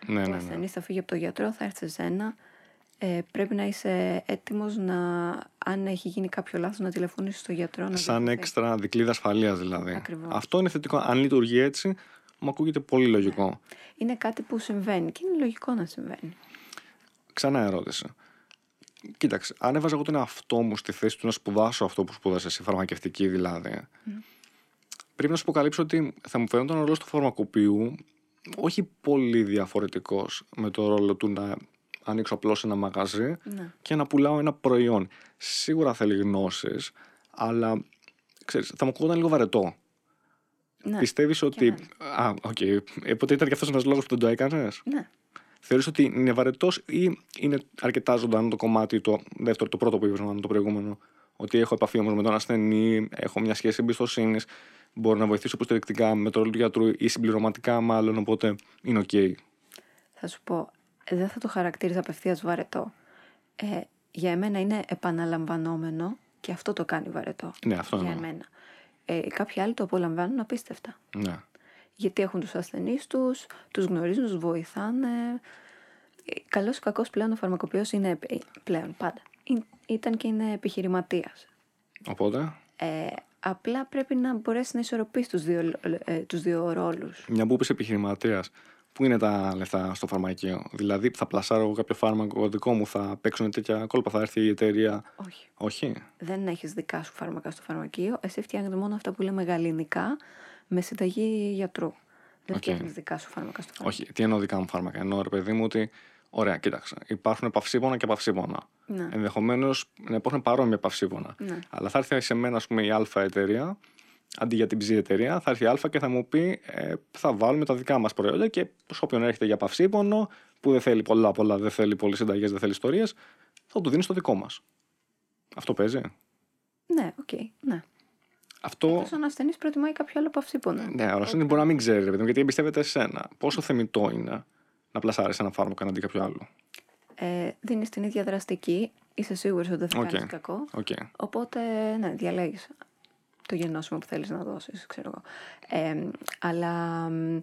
Speaker 1: Ναι,
Speaker 2: Ο
Speaker 1: ναι, ναι.
Speaker 2: ασθενής θα φύγει από τον γιατρό, θα έρθει σε σένα. Ε, πρέπει να είσαι έτοιμος να, αν έχει γίνει κάποιο λάθος, να τηλεφωνήσεις στον γιατρό. Να
Speaker 1: Σαν
Speaker 2: διορθωθεί.
Speaker 1: έξτρα δικλίδα ασφαλείας δηλαδή.
Speaker 2: Ακριβώς.
Speaker 1: Αυτό είναι θετικό. Αν λειτουργεί έτσι, μου ακούγεται πολύ λογικό.
Speaker 2: Είναι κάτι που συμβαίνει και είναι λογικό να συμβαίνει.
Speaker 1: Ξανά ερώτηση. Κοίταξε, αν έβαζα εγώ τον εαυτό μου στη θέση του να σπουδάσω αυτό που σπούδασε εσύ, φαρμακευτική δηλαδή. Πρέπει να σου αποκαλύψω ότι θα μου φαίνονταν ο ρόλος του φαρμακοποιού όχι πολύ διαφορετικός με το ρόλο του να ανοίξω απλώς ένα μαγαζί
Speaker 2: Ναι.
Speaker 1: και να πουλάω ένα προϊόν. Σίγουρα θέλει γνώσεις, αλλά ξέρεις, θα μου ακούγονταν λίγο βαρετό.
Speaker 2: Ναι.
Speaker 1: Πιστεύεις ότι. Α, οκ. Ε, Οπότε ήταν και αυτός ένας λόγος που δεν το έκανες.
Speaker 2: ναι.
Speaker 1: Θεωρείς ότι είναι βαρετός ή είναι αρκετά ζωντανό το κομμάτι, το δεύτερο, το πρώτο που είπες μάλλον, το προηγούμενο. Ότι έχω επαφή όμως με τον ασθενή, έχω μια σχέση εμπιστοσύνης, μπορώ να βοηθήσω υποστηρικτικά με το ρόλο του γιατρού ή συμπληρωματικά μάλλον, οπότε είναι οκ.
Speaker 2: Θα σου πω, δεν θα το χαρακτήριζα απευθείας βαρετό. Ε, για εμένα είναι επαναλαμβανόμενο και αυτό το κάνει βαρετό.
Speaker 1: Ναι, αυτό
Speaker 2: για
Speaker 1: εννοώ.
Speaker 2: εμένα. Ε, κάποιοι άλλοι το απολαμβάνουν απίστευτα.
Speaker 1: Ναι.
Speaker 2: Γιατί έχουν τους ασθενείς τους, τους γνωρίζουν, τους βοηθάνε. Ε, Καλός ή κακός πλέον ο φαρμακοποιός είναι επ- ε, πλέον πάντα. Ε, Ήταν και είναι επιχειρηματίας.
Speaker 1: Οπότε,
Speaker 2: Ε, απλά πρέπει να μπορέσεις να ισορροπήσει τους δύο, λο- ε, τους δύο ρόλους.
Speaker 1: μια που είπες επιχειρηματίας, πού είναι τα λεφτά στο φαρμακείο. Δηλαδή, θα πλασάρω εγώ κάποιο φάρμακο δικό μου, θα παίξουν τέτοια κόλπα, θα έρθει η εταιρεία.
Speaker 2: Όχι.
Speaker 1: Όχι.
Speaker 2: Δεν έχεις δικά σου φάρμακα στο φαρμακείο. Εσύ φτιάχνεις μόνο αυτά που λέμε γαλλινικά με συνταγή γιατρού. Δεν
Speaker 1: Οκ.
Speaker 2: φτιάχνεις δικά σου φάρμακα στο φαρμακείο.
Speaker 1: Όχι, τι εννοώ δικά μου φάρμακα. Εννοώ, ρε παιδί μου, ότι. Ωραία, κοίταξε. Υπάρχουν παυσίπονα και παυσίπονα.
Speaker 2: Ναι.
Speaker 1: Ενδεχομένως να υπάρχουν παρόμοια παυσίπονα.
Speaker 2: Ναι.
Speaker 1: Αλλά θα έρθει σε μένα, ας πούμε, η Α εταιρεία, αντί για την Ψ εταιρεία, θα έρθει η Α και θα μου πει ε, θα βάλουμε τα δικά μας προϊόντα και σε όποιον έρχεται για παυσίπονο, που δεν θέλει πολλά, πολλά, δεν θέλει πολλές συνταγές, δεν θέλει ιστορίες, θα το δίνει στο δικό μας. Αυτό παίζει.
Speaker 2: Ναι, οκ, ναι.
Speaker 1: Αυτό.
Speaker 2: Τόσο ο ασθενής προτιμάει κάποιο άλλο παυσίπονο.
Speaker 1: Ναι, ο ασθενής μπορεί να μην ξέρει, ρε παιδί μου, γιατί εμπιστεύεται εσένα. Πόσο θεμητό είναι να πλασάρεις ένα φάρμακο αντί κάποιο άλλο.
Speaker 2: Ε, Δίνεις την ίδια δραστική, είσαι σίγουρος ότι δεν θα
Speaker 1: Οκ.
Speaker 2: κάνεις κακό.
Speaker 1: Οκ.
Speaker 2: Οπότε, ναι, διαλέγεις το γενώσιμο που θέλεις να δώσεις, ξέρω εγώ. Ε, αλλά μ,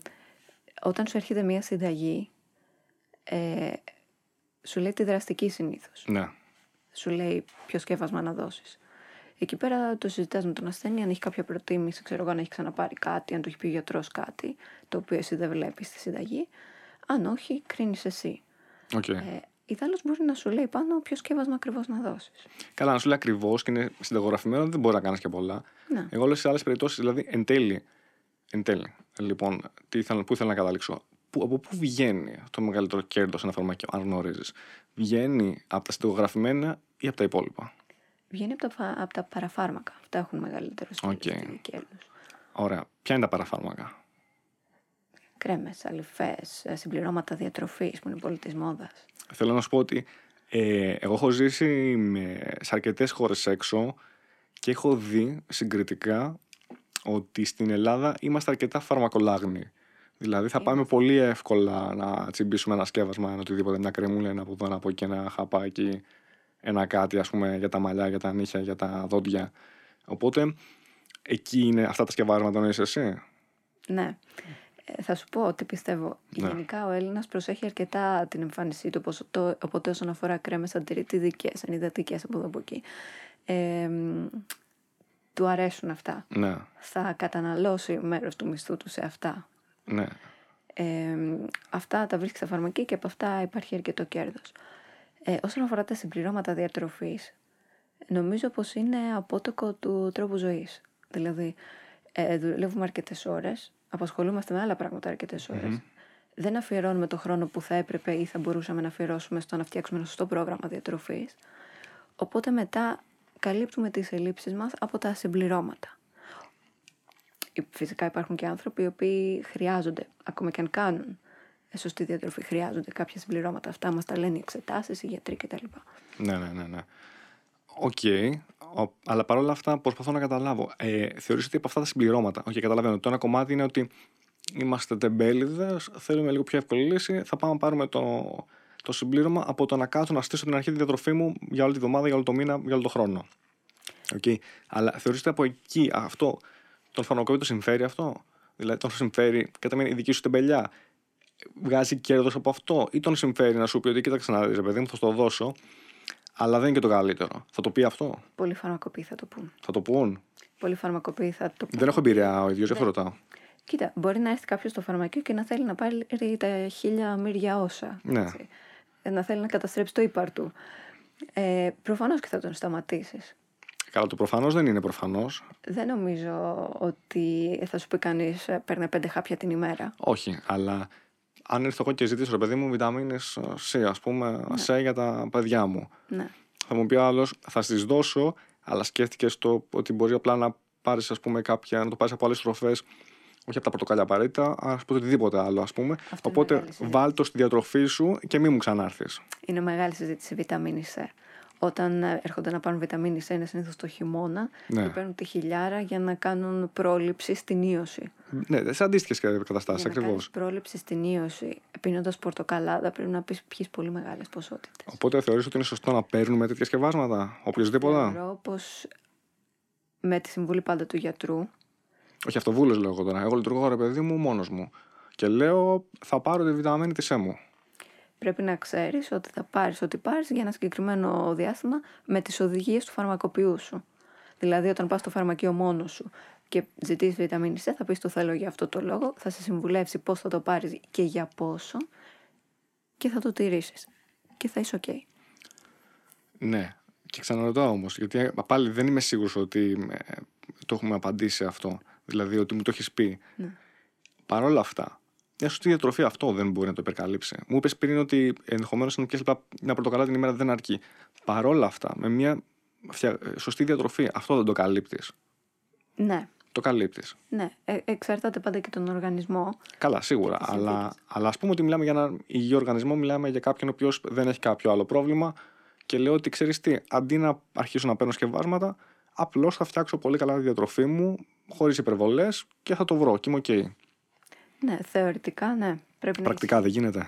Speaker 2: όταν σου έρχεται μία συνταγή, ε, σου λέει τη δραστική συνήθως.
Speaker 1: Ναι.
Speaker 2: Σου λέει ποιο σκεύασμα να δώσεις. Εκεί πέρα το συζητάς με τον ασθενή, αν έχει κάποια προτίμηση, ξέρω εγώ, αν έχει ξαναπάρει κάτι, αν του έχει πει ο γιατρός κάτι, το οποίο εσύ δεν βλέπεις στη συνταγή. Αν όχι, κρίνεις εσύ.
Speaker 1: Οκ.
Speaker 2: Ε, Ιδάλω μπορεί να σου λέει πάνω ποιο σκεύασμα ακριβώς να δώσεις.
Speaker 1: Καλά, να σου λέει ακριβώς και είναι συνταγογραφημένο, δεν μπορεί να κάνεις και πολλά.
Speaker 2: Ναι.
Speaker 1: Εγώ λέω σε άλλες περιπτώσεις, δηλαδή εν τέλει. Εν τέλει, λοιπόν, τι ήθελα, πού ήθελα να καταλήξω. Που, από πού βγαίνει το μεγαλύτερο κέρδος ένα φαρμακείο, αν γνωρίζεις. Βγαίνει από τα συνταγογραφημένα ή από τα υπόλοιπα.
Speaker 2: Βγαίνει από τα, φα- από τα παραφάρμακα. Αυτά έχουν μεγαλύτερο
Speaker 1: Οκ.
Speaker 2: κέρδος.
Speaker 1: Ωραία. Ποια είναι τα παραφάρμακα.
Speaker 2: Κρέμες, αλυφές, ε, συμπληρώματα διατροφής που είναι πολύ της μόδας.
Speaker 1: Θέλω να σου πω ότι ε, εγώ έχω ζήσει με, σε αρκετές χώρες έξω και έχω δει συγκριτικά ότι στην Ελλάδα είμαστε αρκετά φαρμακολάγνοι. Δηλαδή θα πάμε πολύ εύκολα να τσιμπήσουμε ένα σκεύασμα, ένα οτιδήποτε, μια κρεμούλα, ένα από εδώ, ένα από εκεί, ένα χαπάκι, ένα κάτι ας πούμε για τα μαλλιά, για τα νύχια, για τα δόντια. Οπότε εκεί είναι αυτά τα σκευάσματα, εννοείς εσύ.
Speaker 2: Ναι. Ε, θα σου πω ότι πιστεύω.
Speaker 1: Ναι.
Speaker 2: Γενικά ο Έλληνας προσέχει αρκετά την εμφάνισή του, ποσοτό, οπότε όσον αφορά κρέμες αντιρρητηδικέ, ανυδατικέ από εδώ από εκεί. Ε, μ, του αρέσουν αυτά.
Speaker 1: Ναι,
Speaker 2: Θα καταναλώσει μέρος του μισθού του σε αυτά.
Speaker 1: ναι.
Speaker 2: Ε, αυτά τα βρίσκει στα φαρμακεία και από αυτά υπάρχει αρκετό κέρδος. Ε, όσον αφορά τα συμπληρώματα διατροφής, νομίζω πως είναι απότοκο του τρόπου ζωής. Δηλαδή, ε, δουλεύουμε αρκετές ώρες, απασχολούμαστε με άλλα πράγματα αρκετές ώρες. Δεν αφιερώνουμε το χρόνο που θα έπρεπε ή θα μπορούσαμε να αφιερώσουμε στο να φτιάξουμε ένα σωστό πρόγραμμα διατροφής. Οπότε μετά καλύπτουμε τις ελλείψεις μας από τα συμπληρώματα. Φυσικά υπάρχουν και άνθρωποι οι οποίοι χρειάζονται, ακόμα και αν κάνουν ε, σωστή διατροφή, χρειάζονται κάποια συμπληρώματα. Αυτά μας τα λένε οι εξετάσεις, οι γιατροί κτλ.
Speaker 1: Ναι, ναι, ναι. ναι. Οκ. Ο- Αλλά παρόλα αυτά προσπαθώ να καταλάβω. Ε, θεωρείς ότι από αυτά τα συμπληρώματα. Οκ, καταλαβαίνω. Το ένα κομμάτι είναι ότι είμαστε τεμπέληδες, θέλουμε λίγο πιο εύκολη λύση. Θα πάμε να πάρουμε το, το συμπλήρωμα από το να κάτσω να στήσω την αρχή τη διατροφή μου για όλη τη βδομάδα, για όλο το μήνα, για όλο το χρόνο. Οκ. Αλλά θεωρείς ότι από εκεί αυτό τον φαρμακοποιό το συμφέρει αυτό. Δηλαδή τον συμφέρει κατά μία η δική σου τεμπελιά βγάζει κέρδος από αυτό, ή τον συμφέρει να σου πει ότι κοίταξε να δεις, ρε παιδί μου, θα σου το δώσω, αλλά δεν είναι και το καλύτερο. Θα το πει αυτό,
Speaker 2: Πολλοί φαρμακοποιοί θα το πούν.
Speaker 1: θα το πούν.
Speaker 2: Πολλοί φαρμακοποιοί θα το πούν.
Speaker 1: Δεν έχω εμπειρία ο ίδιος, γι' αυτό
Speaker 2: Ναι.
Speaker 1: ρωτάω.
Speaker 2: Κοίτα, μπορεί να έρθει κάποιος στο φαρμακείο και να θέλει να πάρει τα χίλια μύρια όσα.
Speaker 1: Ναι.
Speaker 2: έτσι. Ε, Να θέλει να καταστρέψει το ύπαρ του. Ε, Προφανώς και θα τον σταματήσεις.
Speaker 1: Καλά, το προφανώς δεν είναι προφανώς.
Speaker 2: Δεν νομίζω ότι θα σου πει κανείς παίρνε πέντε χάπια την ημέρα.
Speaker 1: Όχι, αλλά αν έρθω εγώ και ζητήσω, ρε παιδί μου, βιταμίνες C, ας πούμε, C για τα παιδιά μου.
Speaker 2: Ναι.
Speaker 1: Θα μου πει άλλος, θα στις δώσω, αλλά σκέφτηκες το ότι μπορεί απλά να πάρεις, ας πούμε, κάποια, να το πάρεις από άλλες τροφές, όχι από τα πορτοκάλια απαραίτητα, α πούμε, οτιδήποτε άλλο, ας πούμε.
Speaker 2: είναι
Speaker 1: Οπότε
Speaker 2: μεγάλη συζήτηση.
Speaker 1: βάλ το στη διατροφή σου και μη μου ξανάρθεις.
Speaker 2: Είναι μεγάλη συζήτηση βιταμίνη C. Όταν ε, έρχονται να πάρουν βιταμίνη C είναι συνήθως το χειμώνα
Speaker 1: Ναι.
Speaker 2: και παίρνουν τη χιλιάρα για να κάνουν πρόληψη στην ίωση.
Speaker 1: Ναι, σε αντίστοιχες καταστάσεις
Speaker 2: για να
Speaker 1: ακριβώς.
Speaker 2: κάνεις πρόληψη στην ίωση πίνοντας πορτοκαλάδα πρέπει να πεις πιείς πολύ μεγάλες ποσότητες.
Speaker 1: Οπότε θεωρείς ότι είναι σωστό να παίρνουμε τέτοια σκευάσματα, οποιοδήποτε.
Speaker 2: Θεωρώ πως με τη συμβουλή πάντα του γιατρού
Speaker 1: Όχι αυτοβούλο λέω εγώ τώρα. Εγώ λειτουργώ ρε παιδί μου μόνος μου. Και λέω θα πάρω τη βιταμίνη της έμου.
Speaker 2: πρέπει να ξέρεις ότι θα πάρεις ό,τι πάρεις για ένα συγκεκριμένο διάστημα με τις οδηγίες του φαρμακοποιού σου. Δηλαδή όταν πας στο φαρμακείο μόνος σου και ζητήσεις βιταμίνη C θα πεις το θέλω για αυτό το λόγο, θα σε συμβουλεύσει πώς θα το πάρεις και για πόσο και θα το τηρήσεις. Και θα είσαι ok.
Speaker 1: Ναι. Και ξαναρωτάω όμως, γιατί ε, πάλι δεν είμαι σίγουρος ότι ε, το έχουμε απαντήσει αυτό. Δηλαδή ότι μου το έχεις πει.
Speaker 2: Ναι.
Speaker 1: Παρ' όλα αυτά, μια σωστή διατροφή αυτό δεν μπορεί να το υπερκαλύψει. Μου είπες πριν ότι ενδεχομένως να πιέσει απλά μια πορτοκαλά την ημέρα δεν αρκεί. Παρ' όλα αυτά, με μια φτια- ε, σωστή διατροφή αυτό δεν το καλύπτεις.
Speaker 2: Ναι,
Speaker 1: Το καλύπτεις.
Speaker 2: ναι. Ε, εξαρτάται πάντα και τον οργανισμό.
Speaker 1: Καλά, σίγουρα.
Speaker 2: τις
Speaker 1: Αλλά,
Speaker 2: συνθήκες.
Speaker 1: αλλά ας πούμε ότι μιλάμε για έναν υγιή οργανισμό, μιλάμε για κάποιον ο οποίος δεν έχει κάποιο άλλο πρόβλημα Και λέω ότι ξέρεις τι, αντί να αρχίσω να παίρνω σκευάσματα, απλώς θα φτιάξω πολύ καλά τη διατροφή μου, χωρίς υπερβολές και θα το βρω. Και είμαι οκ.
Speaker 2: Ναι, θεωρητικά ναι. Πρέπει
Speaker 1: Πρακτικά δεν γίνεται.
Speaker 2: να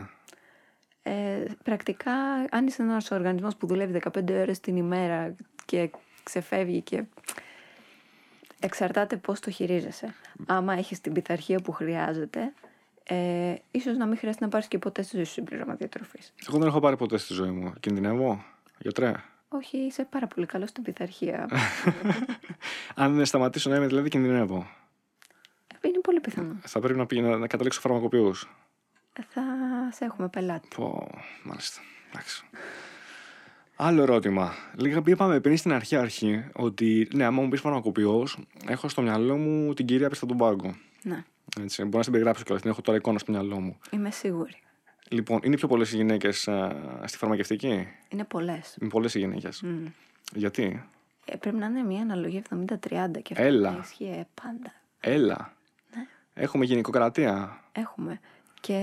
Speaker 2: έχεις- Ε, πρακτικά, αν είσαι ένας οργανισμός που δουλεύει 15 ώρες την ημέρα και ξεφεύγει και. Εξαρτάται πώς το χειρίζεσαι. Άμα έχεις την πειθαρχία που χρειάζεται, ε, ίσως να μην χρειάζεται να πάρεις και ποτέ στη ζωή σου συμπλήρωμα διατροφής.
Speaker 1: Εγώ δεν έχω πάρει ποτέ στη ζωή μου. Κινδυνεύω, γιατρέ.
Speaker 2: Όχι, είσαι πάρα πολύ καλός στην πειθαρχία.
Speaker 1: Αν σταματήσω να είμαι, δηλαδή κινδυνεύω.
Speaker 2: Είναι πολύ πιθανό. Ε,
Speaker 1: Θα πρέπει να, πήγαινα, να καταλήξω φαρμακοποιούς.
Speaker 2: Θα σε έχουμε πελάτη.
Speaker 1: Πω, μάλιστα. Εντάξει. Άλλο ερώτημα. Λίγα που είπαμε πριν στην αρχή αρχή ότι ναι, άμα μου πεις φαρμακοποιός, έχω στο μυαλό μου την κυρία πίστα τον πάγκο.
Speaker 2: Ναι,
Speaker 1: Έτσι, μπορώ να την περιγράψω κιόλας, την έχω τώρα εικόνα στο μυαλό μου.
Speaker 2: είμαι σίγουρη.
Speaker 1: Λοιπόν, είναι πιο πολλές οι γυναίκες στη φαρμακευτική.
Speaker 2: Είναι πολλές.
Speaker 1: Είναι πολλές οι γυναίκες. Γιατί,
Speaker 2: Ε, πρέπει να είναι μια αναλογία 70-30 και αυτό
Speaker 1: Έλα.
Speaker 2: να ισχύει ε, πάντα.
Speaker 1: έλα. Έχουμε γυναικοκρατία.
Speaker 2: Έχουμε. Και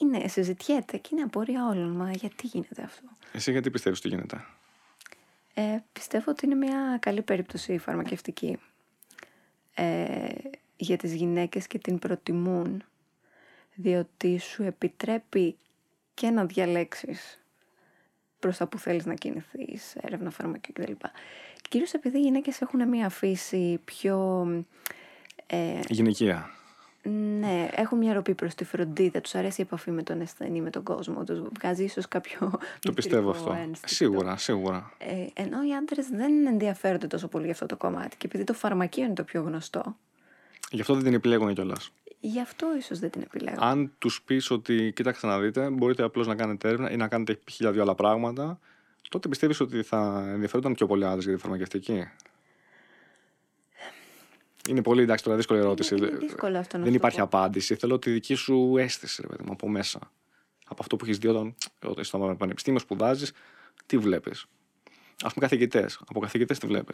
Speaker 2: είναι, συζητιέται και είναι απορία όλων. Μα γιατί γίνεται αυτό.
Speaker 1: Εσύ γιατί πιστεύεις ότι γίνεται.
Speaker 2: Ε, πιστεύω ότι είναι μια καλή περίπτωση η φαρμακευτική ε, για τις γυναίκες και την προτιμούν διότι σου επιτρέπει και να διαλέξεις προς τα που θέλεις να κινηθείς, έρευνα φαρμακείου κτλ. Και κυρίως επειδή οι γυναίκες έχουν μια φύση πιο... Ε,
Speaker 1: Γυναικεία.
Speaker 2: ναι, έχουν μια ροπή προς τη φροντίδα, τους αρέσει η επαφή με τον ασθενή, με τον κόσμο, τους βγάζει ίσως κάποιο...
Speaker 1: Το πιστεύω αυτό.
Speaker 2: Σίγουρα.
Speaker 1: Σίγουρα, σίγουρα.
Speaker 2: Ε, ενώ οι άντρες δεν ενδιαφέρονται τόσο πολύ για αυτό το κομμάτι. Και επειδή το φαρμακείο είναι το πιο γνωστό,
Speaker 1: Γι' αυτό δεν την επιλέγουν κιόλας.
Speaker 2: γι' αυτό ίσως δεν την επιλέγω.
Speaker 1: Αν τους πεις ότι κοίταξε να δείτε, μπορείτε απλώς να κάνετε έρευνα ή να κάνετε χίλια δύο άλλα πράγματα, τότε πιστεύεις ότι θα ενδιαφέρονταν πιο πολλοί άντρες για τη φαρμακευτική. Είναι πολύ εντάξει τώρα, δύσκολη ερώτηση.
Speaker 2: είναι δύσκολο αυτό να
Speaker 1: Δεν
Speaker 2: σου το
Speaker 1: υπάρχει
Speaker 2: πω.
Speaker 1: απάντηση. Θέλω τη δική σου αίσθηση, ρε παιδί μου, από μέσα. Από αυτό που έχεις δει όταν όταν στο πανεπιστήμιο σπουδάζεις, τι βλέπεις. Ας πούμε καθηγητές. Από καθηγητές τι βλέπεις.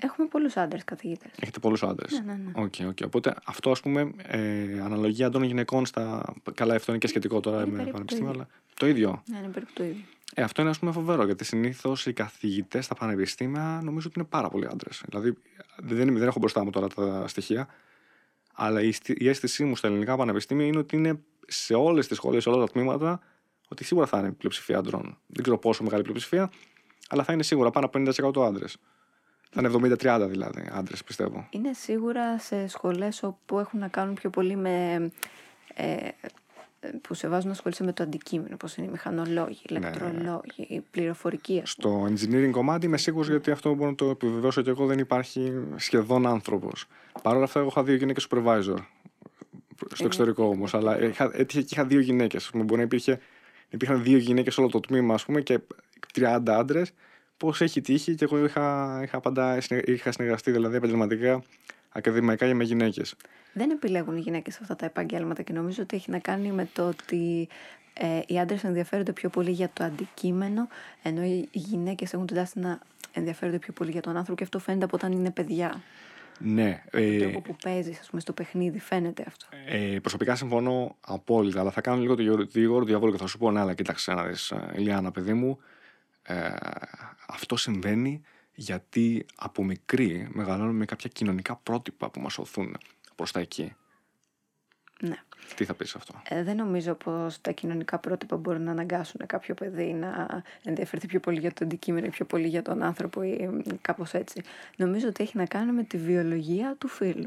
Speaker 2: Έχουμε πολλούς άντρες καθηγητές.
Speaker 1: Έχετε πολλούς άντρες.
Speaker 2: Ναι, ναι, ναι.
Speaker 1: Οκ, οκ. Οπότε αυτό, ας πούμε, ε, αναλογία των γυναικών στα. Καλά, αυτό είναι και σχετικό τώρα
Speaker 2: Είναι
Speaker 1: με
Speaker 2: περίπου το
Speaker 1: πανεπιστήμια,
Speaker 2: ίδιο.
Speaker 1: αλλά. Το ίδιο.
Speaker 2: Ναι, είναι περίπου το ίδιο.
Speaker 1: Ε, αυτό είναι, ας πούμε, φοβερό γιατί συνήθως οι καθηγητές στα πανεπιστήμια νομίζω ότι είναι πάρα πολλοί άντρες. Δηλαδή, δεν, δεν έχω μπροστά μου τώρα τα στοιχεία, αλλά η, στι- η αίσθησή μου στα ελληνικά πανεπιστήμια είναι ότι είναι σε όλες τις σχολές, σε όλα τα τμήματα, ότι σίγουρα θα είναι πλειοψηφία άντρων. Δεν ξέρω πόσο μεγάλη πλειοψηφία, αλλά θα είναι σίγουρα πάνω από 50% άντρες. Θα είναι 70-30 δηλαδή άντρες, πιστεύω.
Speaker 2: Είναι σίγουρα σε σχολές όπου έχουν να κάνουν πιο πολύ με. Ε, που σε βάζουν να ασχολείσαι με το αντικείμενο, όπω είναι οι μηχανολόγοι,
Speaker 1: Ναι,
Speaker 2: οι ηλεκτρολόγοι, η πληροφορική. ας
Speaker 1: Στο engineering κομμάτι είμαι σίγουρος γιατί αυτό μπορώ να το επιβεβαιώσω και εγώ δεν υπάρχει σχεδόν άνθρωπος. Παρ' όλα αυτά, εγώ είχα δύο γυναίκες supervisor. Στο εξωτερικό όμως, αλλά είχα, έτυχε και είχα δύο γυναίκες. Μπορεί να υπήρχε, υπήρχαν δύο γυναίκες όλο το τμήμα, ας πούμε, και 30 άντρες. Πώς έχει τύχει και εγώ είχα, είχα πάντα συνε- είχα συνεργαστεί δηλαδή επαγγελματικά, ακαδημαϊκά και με γυναίκες.
Speaker 2: Δεν επιλέγουν οι γυναίκες αυτά τα επαγγέλματα και νομίζω ότι έχει να κάνει με το ότι ε, οι άντρες ενδιαφέρονται πιο πολύ για το αντικείμενο, ενώ οι γυναίκες έχουν την τάση να ενδιαφέρονται πιο πολύ για τον άνθρωπο και αυτό φαίνεται από όταν είναι παιδιά.
Speaker 1: Ναι.
Speaker 2: Το
Speaker 1: Ε,
Speaker 2: τρόπο που παίζεις, ας πούμε, στο παιχνίδι φαίνεται αυτό.
Speaker 1: Ε, προσωπικά συμφωνώ απόλυτα, αλλά θα κάνω λίγο το γεω- τη γόρο του διαβόλου και θα σου πω: Ναι, αλλά κοίταξε να δεις, Ηλιάνα, παιδί μου, ε, αυτό συμβαίνει γιατί από μικρή μεγαλώνουμε με κάποια κοινωνικά πρότυπα που μας οθούν προς τα εκεί.
Speaker 2: Ναι.
Speaker 1: Τι θα πεις αυτό.
Speaker 2: Ε, δεν νομίζω πως τα κοινωνικά πρότυπα μπορούν να αναγκάσουν κάποιο παιδί να ενδιαφερθεί πιο πολύ για το αντικείμενο ή πιο πολύ για τον άνθρωπο ή κάπως έτσι. Νομίζω ότι έχει να κάνει με τη βιολογία του φίλου.